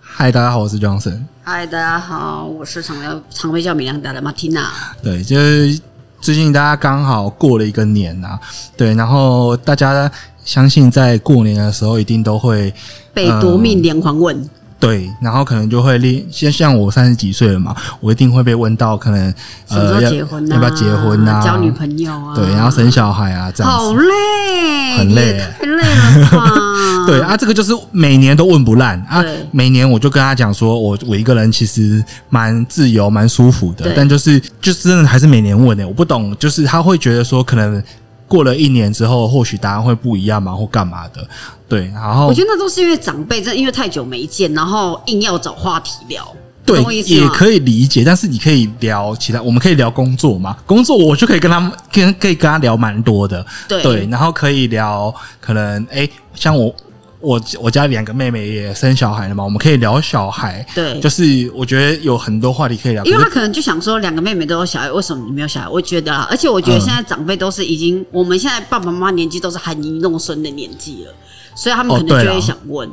嗨，大家好，我是 Johnson。嗨，大家好，我是常标常被叫米亮达的马蒂娜。对，就是最近大家刚好过了一个年呐、啊，对，然后大家相信在过年的时候一定都会被夺命连环问，对，然后可能就会立，像像我三十几岁了嘛，我一定会被问到可能呃什么时候要结婚啊？要不要结婚啊？交女朋友啊？对，然后生小孩啊，这样好子。累，很你累？也太累了吧 对啊，这个就是每年都问不烂啊嗯对。每年我就跟他讲说，我我一个人其实蛮自由、蛮舒服的对，但就是就是真的还是每年问的、欸我不懂，就是他会觉得说，可能过了一年之后，或许答案会不一样嘛，或干嘛的。对，然后我觉得那都是因为长辈真的因为太久没见，然后硬要找话题聊，对懂我意思啊也吗？可以理解，但是你可以聊其他，我们可以聊工作嘛，工作我就可以跟他们跟可以跟他聊蛮多的，对然后可以聊可能哎、诶像我我我家两个妹妹也生小孩了嘛，我们可以聊小孩，对就是我觉得有很多话题可以聊，嗯因为可他是可能就想说，两个妹妹都有小孩，为什么你没有小孩？我觉得啊，而且我觉得嗯现在长辈都是已经，我们现在爸爸妈妈年纪都是含饴弄孙的年纪了，所以他们哦可能对就啦会想问。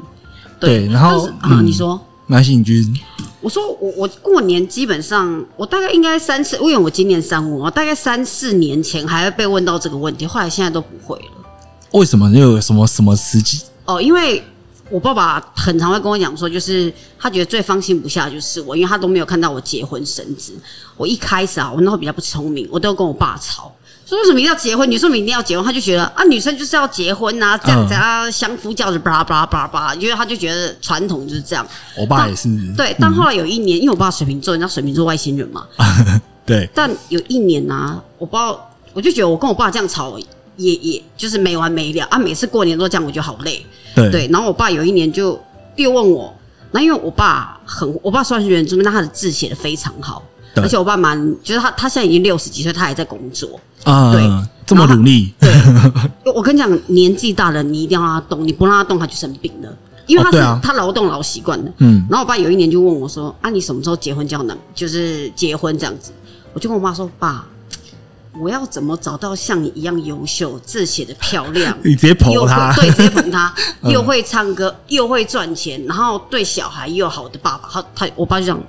对然后但是啊，嗯你说，蛮兴趣，我说我我过年基本上我大概应该三四，因为我今年三五，我大概三四年前还会被问到这个问题，后来现在都不会了。为什么又有什么什么时机？哦，因为我爸爸很常会跟我讲说，就是他觉得最放心不下的就是我，因为他都没有看到我结婚生子。我一开始啊，我那时候比较不聪明，我都跟我爸吵。说为什么一定要结婚？女生一定要结婚，他就觉得啊，女生就是要结婚啊，这样子啊，相夫教子，巴拉巴拉巴拉巴拉，因为他就觉得传统就是这样。我爸但也是，对，但后来有一年，因为我爸水瓶座，你知道水瓶座外星人嘛， 对，但有一年啊，我不知道，我就觉得我跟我爸这样吵，也也就是没完没了啊，每次过年都这样，我就好累。对，对，然后我爸有一年就又问我，那因为我爸很，我爸算是原住民，那他的字写的非常好，对而且我爸蛮，就是他他现在已经六十几岁，他还在工作。啊、对这么努力，我跟你讲，年纪大了，你一定要让他动，你不让他动，他就生病了，因哦为他是、对啊他劳动劳习惯的。嗯，，然后我爸有一年就问我说：“啊，你什么时候结婚交男？就是结婚这样子？”我就跟我妈说：“爸，我要怎么找到像你一样优秀、字写的漂亮 你直接又捧会他，嗯对，直接 捧他，又会唱歌，又会赚钱，然后对小孩又好的爸爸。他他，我爸就讲，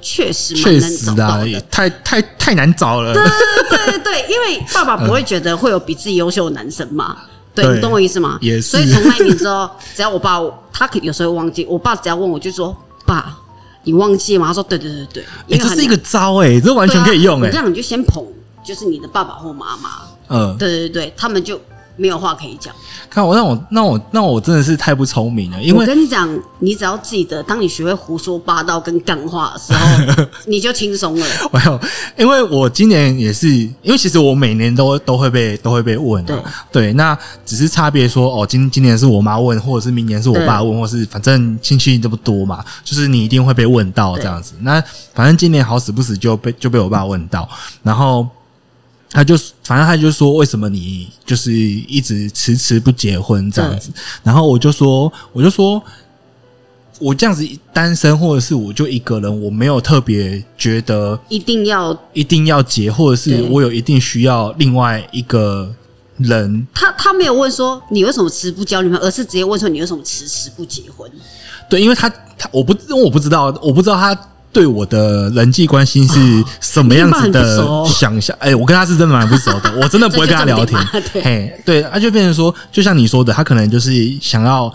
确实蛮确难实找的到啊，的。也太太太难找了，哎对啊对对，因为爸爸不会觉得会有比自己优秀的男生嘛。对，对你懂我意思吗？也是所以从那一年之后，只要我爸，他可有时候会忘记，我爸只要问我就说：“爸，你忘记吗？”他说：“对对对对。”哎、因为这很是一个招哎、这完全可以用哎、对啊你这样你就先捧，就是你的爸爸或妈妈。嗯，对对对，他们就没有话可以讲。看我让我让我让我真的是太不聪明了，因我为跟你讲，你只要记得，当你学会胡说八道跟干话的时 候，你就轻松了。我有，因为我今年也是，因为其实我每年都都会被都会被问、啊，对那只是差别说哦，今今年是我妈问，或者是明年是我爸问，或是反正亲戚这么多嘛，就是你一定会被问到这样子。那反正今年好死不死就被就被我爸问到，然后。他就反正他就说，为什么你就是一直迟迟不结婚这样子？然后我就说，我就说，我这样子单身，或者是我就一个人，我没有特别觉得一定要一定要结，或者是对我有一定需要另外一个人。他他没有问说你为什么迟不交女朋友，而是直接问说你为什么迟迟不结婚。对，因为他他我不因为我不知道，我不知道他对我的人际关系是什么样子哦你跟的他很不熟想象。哎、我跟他是真的蛮不熟 的，我真的不会跟他聊天这就重。点嘛嘿，对，他就变成说，就像你说的，他可能就是想要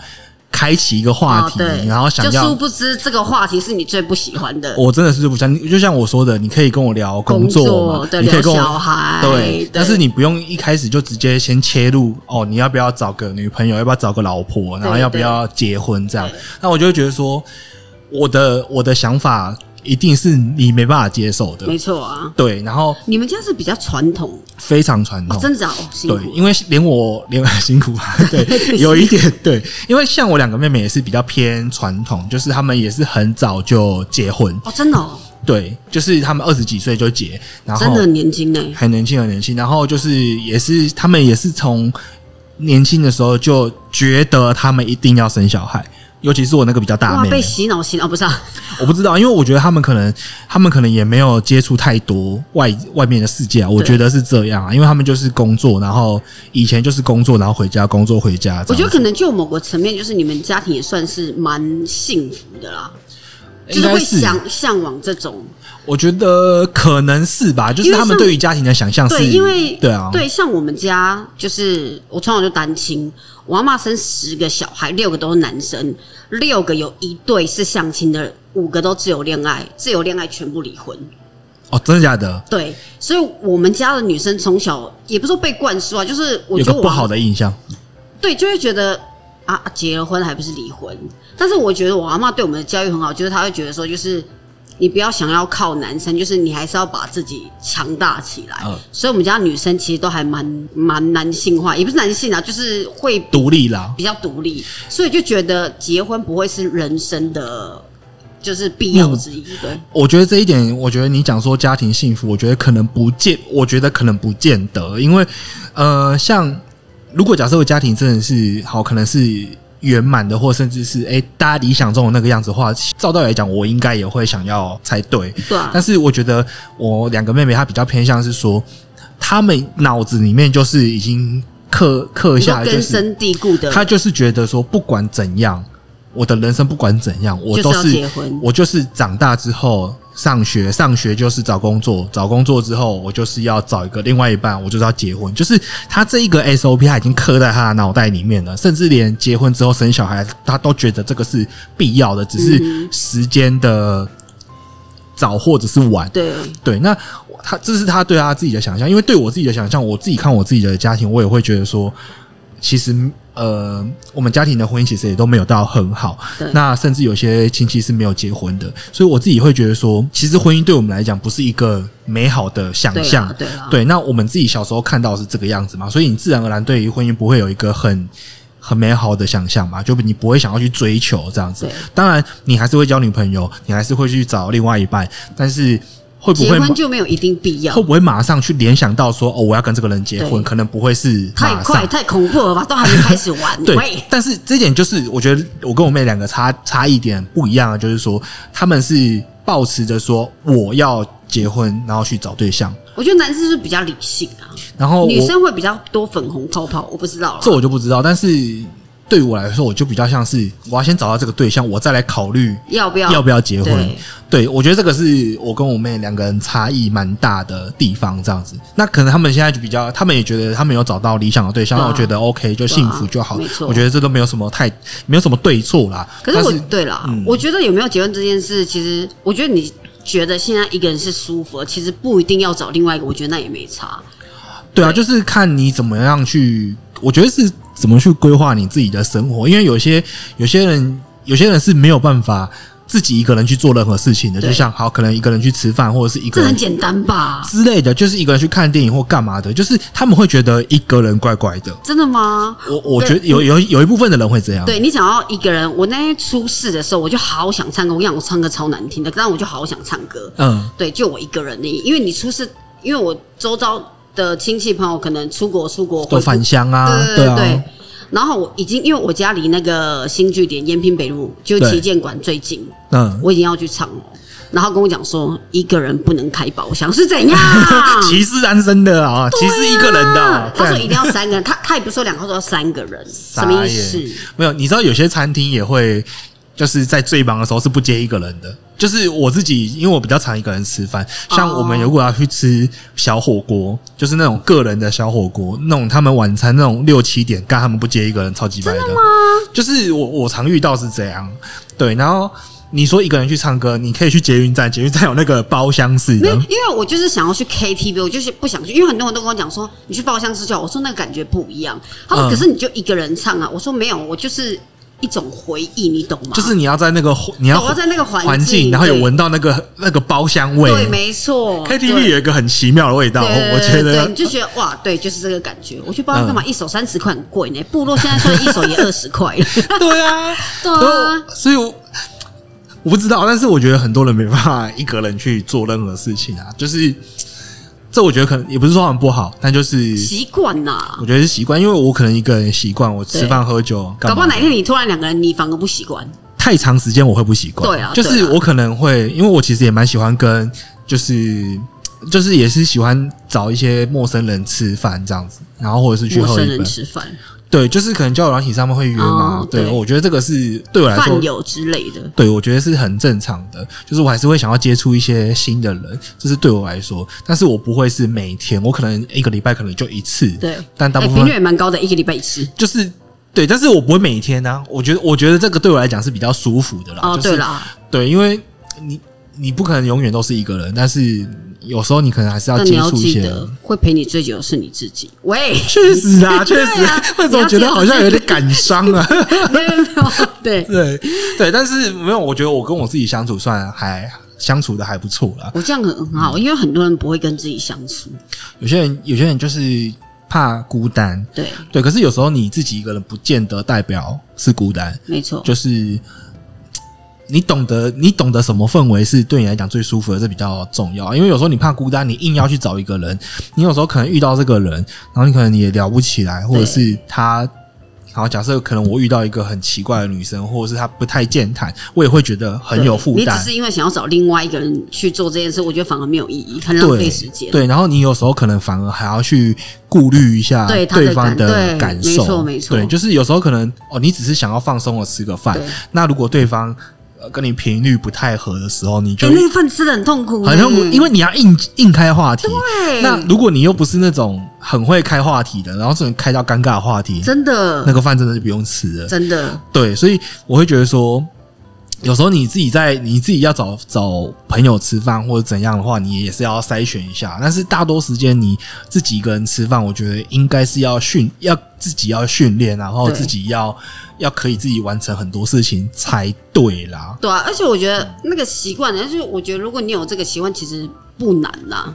开启一个话啊，题，对，然后想就殊要。不知这个话题是你最不喜欢的。我真的是不想，就像我说的，你可以跟我聊工工作作嘛，对你可以聊跟我小孩对对，但是你不用一开始就直接先切入哦，你要不要找个女朋友，要不要找个老婆，然后对要不要结婚这样？那我就会觉得说，我的我的想法一定是你没办法接受的，没错啊，对，然后你们家是比较传统，非常传哦统，真的啊哦，辛对，苦。因为连我连辛苦 啊，对，有一点对，因为像我两个妹妹也是比较偏传统，就是她们也是很早就结婚，哦，真的哦，对，就是她们二十几岁就结，然后真的很年轻呢。很年轻，很年轻。然后就是也是他们也是从年轻的时候就觉得他们一定要生小孩，尤其是我那个比较大哇，的妹被妹，洗脑洗脑，不是啊？我不知道，因为我觉得他们可能，他们可能也没有接触太多外外面的世界啊。我觉得是这样啊，因为他们就是工作，然后以前就是工作，然后回家，工作回家。我觉得可能能就某个层面，就是你们家庭也算是蛮幸福的啦，就应该会是，想向往这种。我觉得可能是吧，就是因为他们像对于家庭的想象是，对，因为对啊，对，像我们家就是我从小就单亲，我阿妈生十个小孩，六个都是男生，六个有一对是相亲的，五个都自由恋爱，自由恋爱全部离婚。哦，真的假的？对，所以我们家的女生从小也不是说被灌输啊，就是我有觉个得我不好的印象，对，就会觉得啊，结了婚还不是离婚？但是我觉得我阿嬷对我们的教育很好，就是她会觉得说，就是你不要想要靠男生，就是你还是要把自己强大起来。嗯所以我们家女生其实都还蛮蛮男性化，也不是男性啊，就是会独立啦。比较独立，所以就觉得结婚不会是人生的就是必要之一。对，我觉得这一点，我觉得你讲说家庭幸福，我觉得可能不见，我觉得可能不见得，因为呃，像如果假设我家庭真的是好，可能是圆满的，或甚至是诶大家理想中的那个样子的话，照道理来讲，我应该也会想要才对。对啊但是我觉得我两个妹妹她比较偏向是说，她们脑子里面就是已经刻刻你说下来，就根是深蒂固的，她就是觉得说，不管怎样，我的人生不管怎样，我都就是是要结婚我就是长大之后上学，上学就是找工作，找工作之后我就是要找一个另外一半，我就是要结婚，就是他这一个 SOP 他已经刻在他的脑袋里面了，甚至连结婚之后生小孩，他都觉得这个是必要的，只嗯是时间的早或者是晚。对，对，那我他这是他对他自己的想象，因为对我自己的想象，我自己看我自己的家庭，我也会觉得说，其实呃，我们家庭的婚姻其实也都没有到很好对，那甚至有些亲戚是没有结婚的，所以我自己会觉得说，其实婚姻对我们来讲不是一个美好的想对象啦，，对啦，对，那我们自己小时候看到是这个样子嘛，所以你自然而然对于婚姻不会有一个很很美好的想象嘛，就你不会想要去追求这样子对。当然，你还是会交女朋友，你还是会去找另外一半，但是会不结会马婚就没有一定必要会。不会马上去联想到说哦，我要跟这个人结婚，对可能不会是太马快上。太恐怖了吧？都还没开始玩， 对喂，但是这点就是我觉得我跟我妹两个差差一点不一样的，啊就是说他们是抱持着说我要结婚，然后去找对象，我觉得男生是比较理性啊，然哦后我女生会比较多粉红泡泡，我不知道这啦。我就不知道，但是对我来说，我就比较像是我要先找到这个对象，我再来考虑要不要？要不要结婚。对对我觉得这个是我跟我妹两个人差异蛮大的地方，这样子。那可能他们现在就比较，他们也觉得他们有找到理想的对象，对啊那我觉得 OK，就幸福就好。对啊没错我觉得这都没有什么太没有什么对错啦。可是我但对啦，嗯我觉得有没有结婚这件事，其实我觉得你觉得现在一个人是舒服的，其实不一定要找另外一个，我觉得那也没差。对啊，就是看你怎么样去，我觉得是怎么去规划你自己的生活，因为有些有些人有些人是没有办法自己一个人去做任何事情的，对就像好可能一个人去吃饭，或者是一个这很人。简单吧？之类的，就是一个人去看电影或干嘛的，就是他们会觉得一个人怪怪的。真的吗？我我觉得有有有一部分的人会这样，对你想要一个人，我那天出事的时候，我就好想唱歌，我跟你讲我唱歌超难听的，但我就好想唱歌。嗯，对，就我一个人而已。因为你出事，因为我周遭的亲戚朋友可能出国出国回都不返乡啊，对对对啊，然后我已经因为我家离那个新据点延平北路就对旗舰馆最近，嗯，我已经要去唱了。然后跟我讲说，一个人不能开包厢是怎 样？歧视单身的啊，歧视一个人的啊，嗯他说干一定要三个人，他他也不说两个，他说要三个人，什么意思傻？眼没有，你知道有些餐厅也会，就是在最忙的时候是不接一个人的。就是我自己，因为我比较常一个人吃饭，像哦我们如果要去吃小火锅，就是那种个人的小火锅，那种他们晚餐那种六七点，干他们不接一个人，超级白的。就是我我常遇到是这样，对。然后你说一个人去唱歌，你可以去捷运站，捷运站有那个包厢式没有，的，因为我就是想要去 KTV，我就是不想去，因为很多人都跟我讲说，你去包厢吃就好。我说那个感觉不一样。他说嗯可是你就一个人唱啊。我说没有，我就是一种回忆，你懂吗？就是你要在那个你要我要在那个环环境然后有对闻到那个那个包厢味，对，没错 KTV 有一个很奇妙的味道，对对哦我觉对得嗯你就觉得哇，对，就是这个感觉。我去包厢干嘛？一手三十块很贵呢，部落现在算一 手也二十块了。对 啊，对然啊，后所以我我不知道，但是我觉得很多人没办法一个人去做任何事情啊，就是这我觉得可能也不是说很不好，但就是习惯呐我。觉得是习惯，因为我可能一个人习惯我吃饭喝酒，搞干不嘛好哪天你突然两个人，你反而不习惯。太长时间我会不习惯。对啊就是对啊我可能会，因为我其实也蛮喜欢跟，就是就是也是喜欢找一些陌生人吃饭这样子，然后或者是去陌喝生一人杯。吃饭，对，就是可能交友软体上面会约嘛。哦对，对我觉得这个是对我来说饭，友之类的，对我觉得是很正常的。就是我还是会想要接触一些新的人，这是对我来说，但是我不会是每天，我可能一个礼拜可能就一次。对，但大哎部频分率也蛮高的，一个礼拜一次。就是对，但是我不会每天啊。我觉得，我觉得这个对我来讲是比较舒服的啦。哦，就是对啦，对，因为你你不可能永远都是一个人，但是有时候你可能还是要但你接要触一记些得人。，会陪你最久的是你自己。 喂，确实 啊，确对实啊，为什么觉得好像有点感伤 啊？没有没有，对对对，但是没有，我觉得我跟我自己相处算还相处的还不错啦。我这样很很好，因为很多人不会跟自己相处。有些人有些人就是怕孤单，对，对，可是有时候你自己一个人不见得代表是孤单，没错，就是。你懂得，你懂得什么氛围是对你来讲最舒服的，这比较重要。因为有时候你怕孤单，你硬要去找一个人，你有时候可能遇到这个人，然后你可能也聊不起来，或者是他，好假设可能我遇到一个很奇怪的女生，或者是她不太健谈，我也会觉得很有对负你只担。是因为想要找另外一个人去做这件事，我觉得反而没有意义，很浪对费时间。对，然后你有时候可能反而还要去顾虑一下对他的对方感对感没受，错没错对，就是有时候可能哦，你只是想要放松的吃个饭对，那如果对方呃跟你频率不太合的时候，你就哎，那个饭吃的很痛苦欸，好像因为你要硬硬开话题，对那如果你又不是那种很会开话题的，然后只能开到尴尬的话题，真的那个饭真的是不用吃了。真的对，所以我会觉得说，有时候你自己在你自己要找找朋友吃饭或者怎样的话，你也是要筛选一下。但是大多时间你自己一个人吃饭，我觉得应该是要训要自己要训练，啊然后对自己要要可以自己完成很多事情才对啦。对啊，而且我觉得那个习惯，但是我觉得如果你有这个习惯，其实不难啦，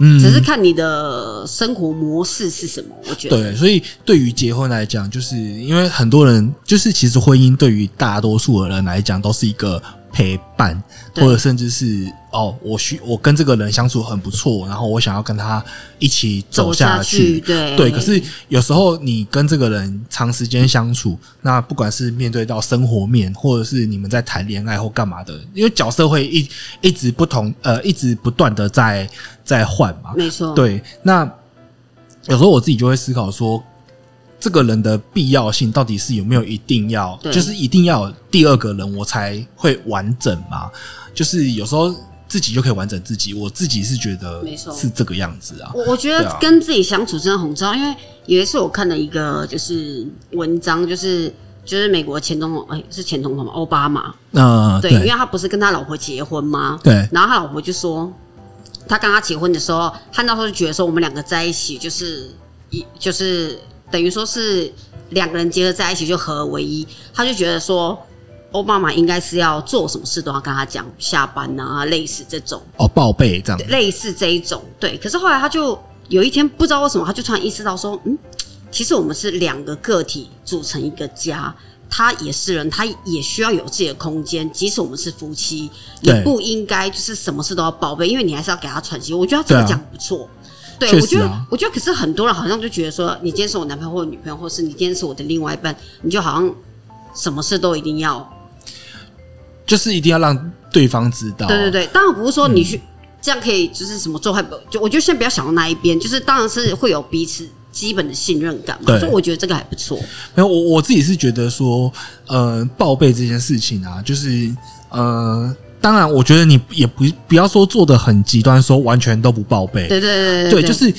嗯，只是看你的生活模式是什么。我觉得对，所以对于结婚来讲，就是因为很多人就是其实婚姻对于大多数的人来讲都是一个陪伴，或对者甚至是哦，我需我跟这个人相处很不错，然后我想要跟他一起走走下嗯去。对对，可是有时候你跟这个人长时间相处，那不管是面对到生活面，或者是你们在谈恋爱或干嘛的，因为角色会一一直不同，呃，一直不断的在在换嘛。没错，对，那有时候我自己就会思考说，这个人的必要性到底是有没有一定要，对就是一定要有第二个人我才会完整嘛？就是有时候自己就可以完整自己，我自己是觉得没错是这个样子啊。我我觉对得啊跟自己相处真的很重要，因为有一次我看了一个就是文章，就是就是美国前总统，哎、是前总统吗？奥巴马，那对，因为啊对他不是跟他老婆结婚吗？对然后他老婆就说，他跟他结婚的时候，他那时候就觉得说，我们两个在一起就是一就是等于说是两个人结合在一起就合而为一，他就觉得说。奥巴马应该是要做什么事都要跟他讲下班啊，类似这种。哦，报备这样，类似这一种，对。可是后来他就有一天不知道为什么，他就突然意识到说，嗯，其实我们是两个个体组成一个家，他也是人，他也需要有自己的空间。即使我们是夫妻，也对不应该就是什么事都要报备，因为你还是要给他喘息。我觉得他这对个啊讲不错。对，确我觉实得啊，我觉得，可是很多人好像就觉得说，你今天是我男朋友或者女朋友，或是你今天是我的另外一半，你就好像什么事都一定要就是一定要让对方知道。啊对对对，当然不是说你去、这样可以，就是什么做坏，就我觉得先不要想到那一边，就是当然是会有彼此基本的信任感嘛对，所以我觉得这个还不错。没有，我我自己是觉得说，呃，报备这件事情啊，就是呃，当然，我觉得你也不不要说做的很极端，说完全都不报备。对对对对，就是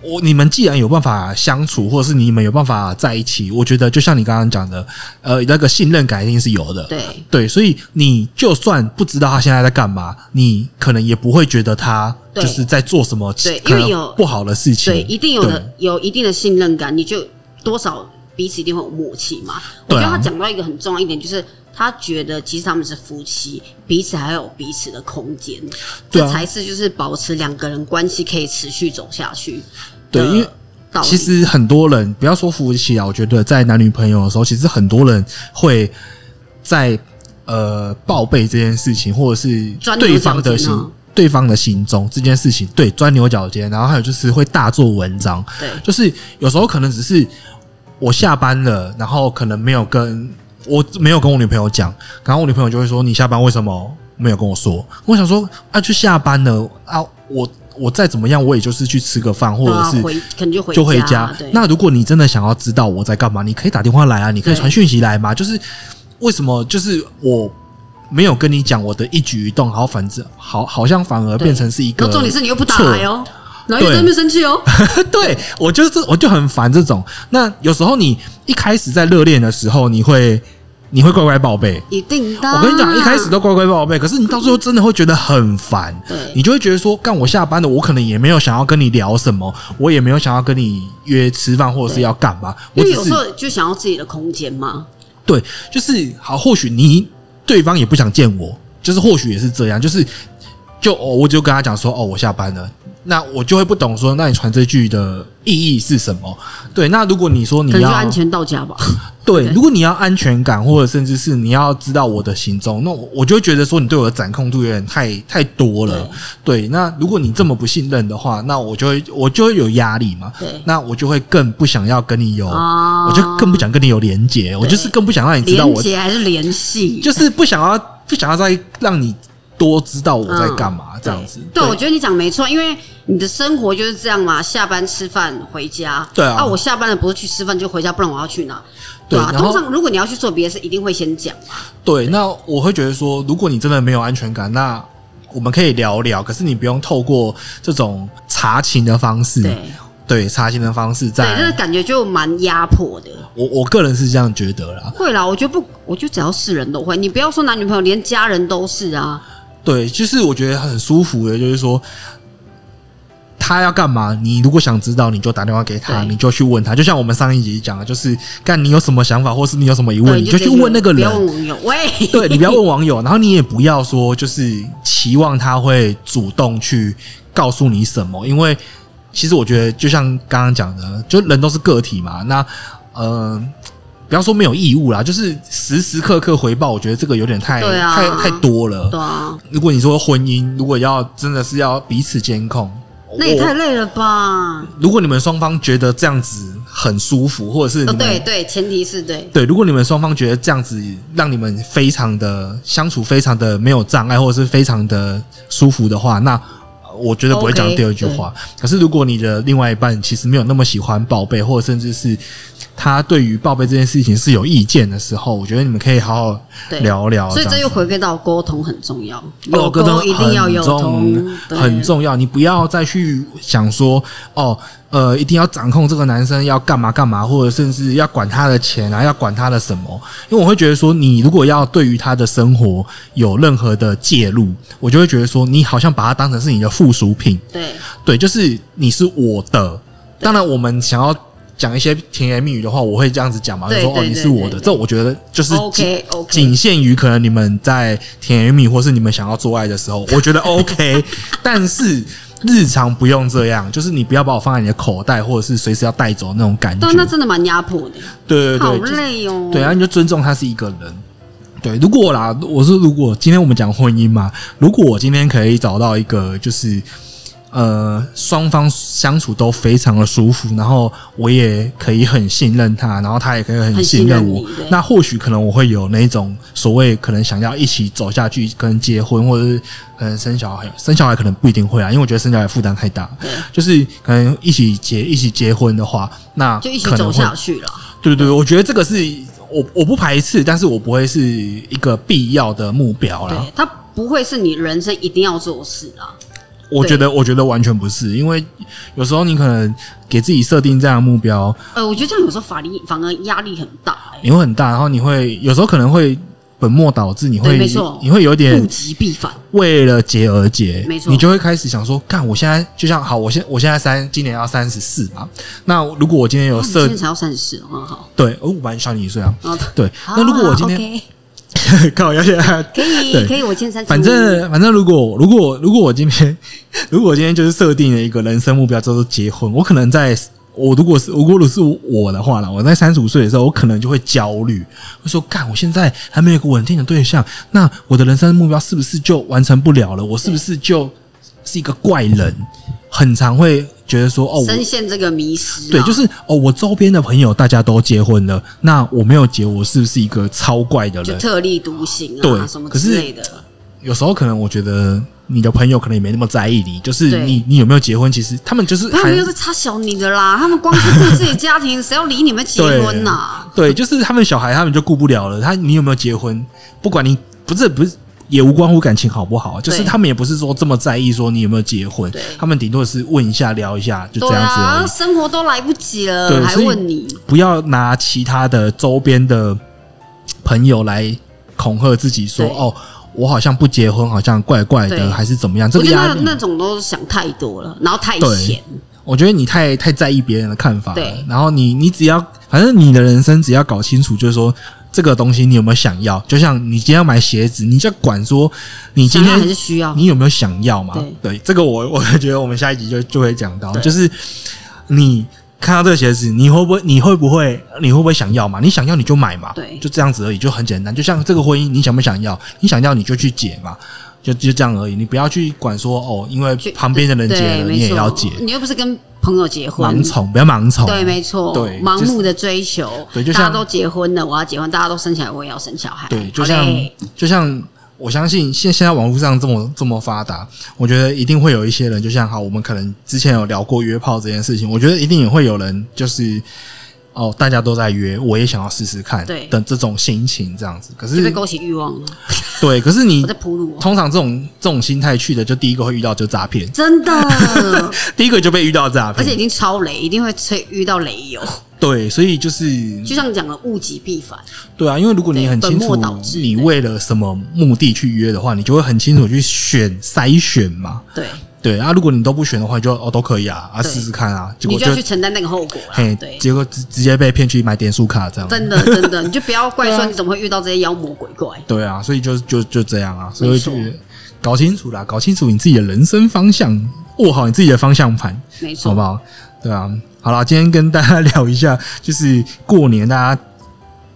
我你们既然有办法相处，或者是你们有办法在一起，我觉得就像你刚刚讲的，呃，那个信任感一定是有的。对所以你就算不知道他现在在干嘛，你可能也不会觉得他对就是在做什么对可能因为有不好的事情。对，一定有的有一定的信任感，你就多少彼此一定会有默契嘛。我对啊觉得他讲到一个很重要一点，就是他觉得其实他们是夫妻，彼此还有彼此的空间，对啊这才是就是保持两个人关系可以持续走下去对的道理。因为其实很多人，不要说夫妻啊，我觉得在男女朋友的时候，其实很多人会在呃报备这件事情，或者是钻牛对方角的尖行啊，对方的心中这件事情，对钻牛角尖，然后还有就是会大做文章，对就是有时候可能只是我下班了，然后可能没有跟我没有跟我女朋友讲，然后我女朋友就会说你下班为什么没有跟我说？我想说啊，就下班了啊，我我再怎么样，我也就是去吃个饭，或对者啊，是回可能就回就回家家。对，那如果你真的想要知道我在干嘛，你可以打电话来啊，你可以对传讯息来嘛。就是为什么就是我没有跟你讲我的一举一动，好反正好好像反而对变成是一个然错， 后重点是你又不打来哦，然后又对在那边生气哦，对我就是这我就很烦这种。那有时候你一开始在热恋的时候，你会你会乖乖报备。一定的啊。我跟你讲，一开始都乖乖报备，可是你到最后真的会觉得很烦对，你就会觉得说，干我下班了，我可能也没有想要跟你聊什么，我也没有想要跟你约吃饭或者是要干嘛，我因为只有是时候就想要自己的空间嘛。对，就是好，或许你对方也不想见我，就是或许也是这样，就是就哦，我就跟他讲说哦，我下班了，那我就会不懂说，那你传这句的意义是什么？对，那如果你说你可能要就安全到家吧。对，对如果你要安全感，或者甚至是你要知道我的行踪，那我我就会觉得说你对我的掌控度有点太太多了。对，那如果你这么不信任的话，那我就会我就会有压力嘛。对那我就会更不想要跟你有，啊我就更不想跟你有连结，我就是更不想让你知道连我接还是联系，就是不想要不想要再让你多知道我在干嘛、嗯这样子。对，我觉得你讲没错，因为你的生活就是这样嘛，下班吃饭回家。对啊我下班了不是去吃饭就回家，不然我要去哪？对啊，然后通常如果你要去做别的事，一定会先讲嘛。对，那我会觉得说，如果你真的没有安全感，那我们可以聊聊，可是你不用透过这种查情的方式，对，对查情的方式对，这个在。感觉就蛮压迫的。我我个人是这样觉得啦，会啦，我觉得不，我觉得只要是人都会。你不要说男女朋友，连家人都是啊。对，就是我觉得很舒服的，就是说他要干嘛，你如果想知道，你就打电话给他，对你就去问他。就像我们上一集讲的，就是干你有什么想法，或是你有什么疑问，对，你就直去接问那个不人要，问网友。喂，对你不要问网友，然后你也不要说就是期望他会主动去告诉你什么，因为其实我觉得就像刚刚讲的，就人都是个体嘛，那呃。不要说没有义务啦，就是时时刻刻回报，我觉得这个有点太、对啊太太多了。对啊，如果你说婚姻，如果要真的是要彼此监控，那也我嗯太累了吧？如果你们双方觉得这样子很舒服，或者是你哦，们、对对，前提是对。对，如果你们双方觉得这样子让你们非常的相处非常的没有障碍，或者是非常的舒服的话，那呃我觉得不会 OK，讲第二句话。可是如果你的另外一半其实没有那么喜欢报备，或者甚至是他对于报备这件事情是有意见的时候，我觉得你们可以好好对聊聊。所以这这样又子回归到沟通很重要，有沟通一定要有通重，对很。重要。你不要再去想说哦，呃，一定要掌控这个男生要干嘛干嘛，或者甚至要管他的钱啊，要管他的什么。因为我会觉得说，你如果要对于他的生活有任何的介入，我就会觉得说，你好像把他当成是你的附属品。对，对，就是你是我的。当然，我们想要。讲一些甜言蜜语的话，我会这样子讲嘛，就对说哦，对你对是我对的，对这我觉得就是基 OK OK，仅限于可能你们在甜言蜜语或是你们想要做爱的时候，我觉得 OK，但是日常不用这样，就是你不要把我放在你的口袋，或者是随时要带走那种感觉对，。那真的蛮压迫的，对对好对，就是累哦。对啊，，你就尊重他是一个人。对，如果啦，我是如果今天我们讲婚姻嘛，如果我今天可以找到一个就是呃双方相处都非常的舒服，然后我也可以很信任他，然后他也可以很很信信任任我你对，那或许可能我会有那种所谓可能想要一起走下去，跟结婚或者是可能生小孩，生小孩可能不一定会啊，因为我觉得生小孩负担太大，对，就是可能一起结一起结婚的话，那就一起可能走会下去了。对对对，我觉得这个是我我不排斥，但是我不会是一个必要的目标啦对。，它不会是你人生一定要做的事啊。我觉得我觉得完全不是，因为有时候你可能给自己设定这样的目标，呃，我觉得这样有时候法力反而压力很大、欸，你会很大，然后你会有时候可能会本末倒置，你会对没错你会有物点极必反。为了结而结，没错你就会开始想说，干，我现在就像好，我现我现在三今年要三十四嘛，那如果我今天有哦你设现在才要三十四，很好。对，哦，我蛮小你一岁啊，然后对，那如果我今天、啊 靠，要现在 OK，可以对可以，我今天三十五。反正哦反正如果如果如果我今天如果我今天就是设定了一个人生目标，叫做结婚，我可能在我如果是如果是我的话呢，我在三十五岁的时候，我可能就会焦虑，会说干，我现在还没有一个稳定的对象，那我的人生目标是不是就完成不了了？我是不是就是一个怪人，很常会觉得说哦，我深陷这个迷失啊。对，就是哦，我周边的朋友大家都结婚了，那我没有结，我是不是一个超怪的就人？特立独行啊，对什么可之是类的。有时候可能我觉得你的朋友可能也没那么在意你，就是对你你有没有结婚，其实他们就是他还们又是插小你的啦，他们光是顾自己家庭，谁要理你们结婚呐、对，就是他们小孩他们就顾不了了。他你有没有结婚，不管你不是不是。也无关乎感情好不好，就是对他们也不是说这么在意说你有没有结婚对，他们顶多是问一下聊一下，就对这样子而啊，已。生活都来不及了，对还所以问你？不要拿其他的周边的朋友来恐吓自己说，对哦，我好像不结婚，好像怪怪对的，还是怎么样？这我个觉得压那力，那种都想太多了，然后太对闲，我觉得你太太在意别人的看法了对。然后你你只要，反正你的人生只要搞清楚，就是说。这个东西你有没有想要？就像你今天要买鞋子，你就管说你今想要天还是需要？你有没有想要嘛？对对，这个我我觉得我们下一集就就会讲到，就是你看到这个鞋子，你会不会你会不会你会不会想要嘛？你想要你就买嘛，对就这样子而已，就很简单。就像这个婚姻，你想不想要？你想要你就去结嘛，就就这样而已。你不要去管说哦，因为去旁边的人结对，了，没你也错要结，你又不是跟朋友结婚，盲从不要盲从，对，没错，对盲就是目的追求，对就大家像都结婚了，我要结婚，大家都生小孩，我也要生小孩，对，就好像嘞就像我相信现现在网络上这么这么发达，我觉得一定会有一些人，就像好，我们可能之前有聊过约炮这件事情，我觉得一定也会有人就是哦，大家都在约，我也想要试试看，对等这种心情这样子。可就被是勾起欲望了，对，可是你我在铺路哦，通常这种这种心态去的，就第一个会遇到就诈骗，真的，第一个就被遇到诈而且已骗，经超雷，一定会吹遇到雷友，对，所以就是就像你讲的物极必反，对啊，因为如果你对很清本末楚倒置你为了什么目的去约的话，你就会很清楚去选筛选嘛。对，对啊，如果你都不选的话，你就哦都可以啊，啊对试试看啊，结你果就要去承担那个后果嘿了，对，。结果直直接被骗去买点数卡这样。真 的，真的，你就不要怪啊说你怎么会遇到这些妖魔鬼怪。对啊，所以就就就这样啊，所没以错就搞清楚啦，搞清楚你自己的人生方向，握好你自己的方向盘，没错好不，好？对啊，好啦，今天跟大家聊一下， 就是过年大家。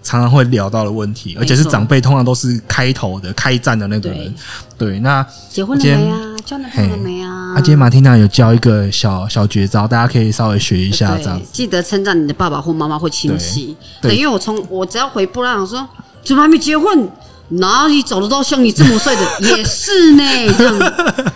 常常会聊到的问题，而且是没错长辈通常都是开头的、开战的那个人。对，那结婚了没啊？交男朋友了没啊？啊，今天马蒂娜有教一个小小绝招，大家可以稍微学一下对这样子。记得称赞你的爸爸或妈妈或亲戚。对对，对因为我从我只要回波兰，我说怎么还没结婚？哪里找得到像你这么帅的？ 也是呢，这样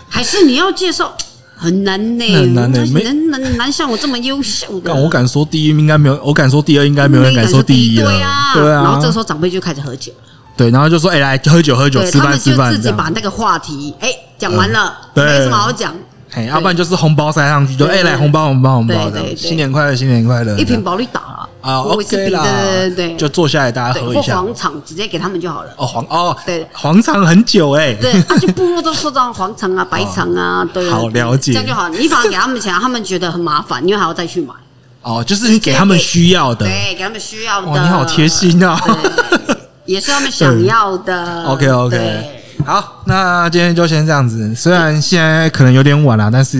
还是你要介绍很难呢，很难呢没难难难像我这么优秀的但。我敢说第一应该没有，我敢说第二应该没有人敢说第一了对啊，。对啊，然后这个时候长辈就开始喝酒了，对，然后就说：“哎，来喝酒，喝酒，对吃他饭，们就吃饭。”自这己把样。嗯那个话题哎讲完了，对没什么好讲，哎，要不然就是红包塞上去，就对哎来红包，红包，红包对这对样。对新年快乐，新年快乐。这一样瓶保利达了啊威士，OK 忌啦，对对对对，就坐下来大家对喝或一下。黄厂直接给他们就好了。哦，黄哦，对黄肠很久哎，对，啊，就部落都说这样黄肠啊、白肠 啊，对，好了解这样就好。你反而给他们钱，他们觉得很麻烦，因为还要再去买。 哦，就是你给他们需要的。对，给他们需要的。哇，你好贴心啊！ 对，也是他们想要的。 OK OK，对好，那今天就先这样子。虽然现在可能有点晚了，但是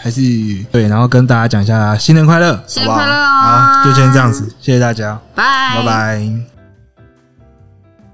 还是对，然后跟大家讲一下新年快乐，新年好不好快乐啊好，就先这样子，谢谢大家，拜拜拜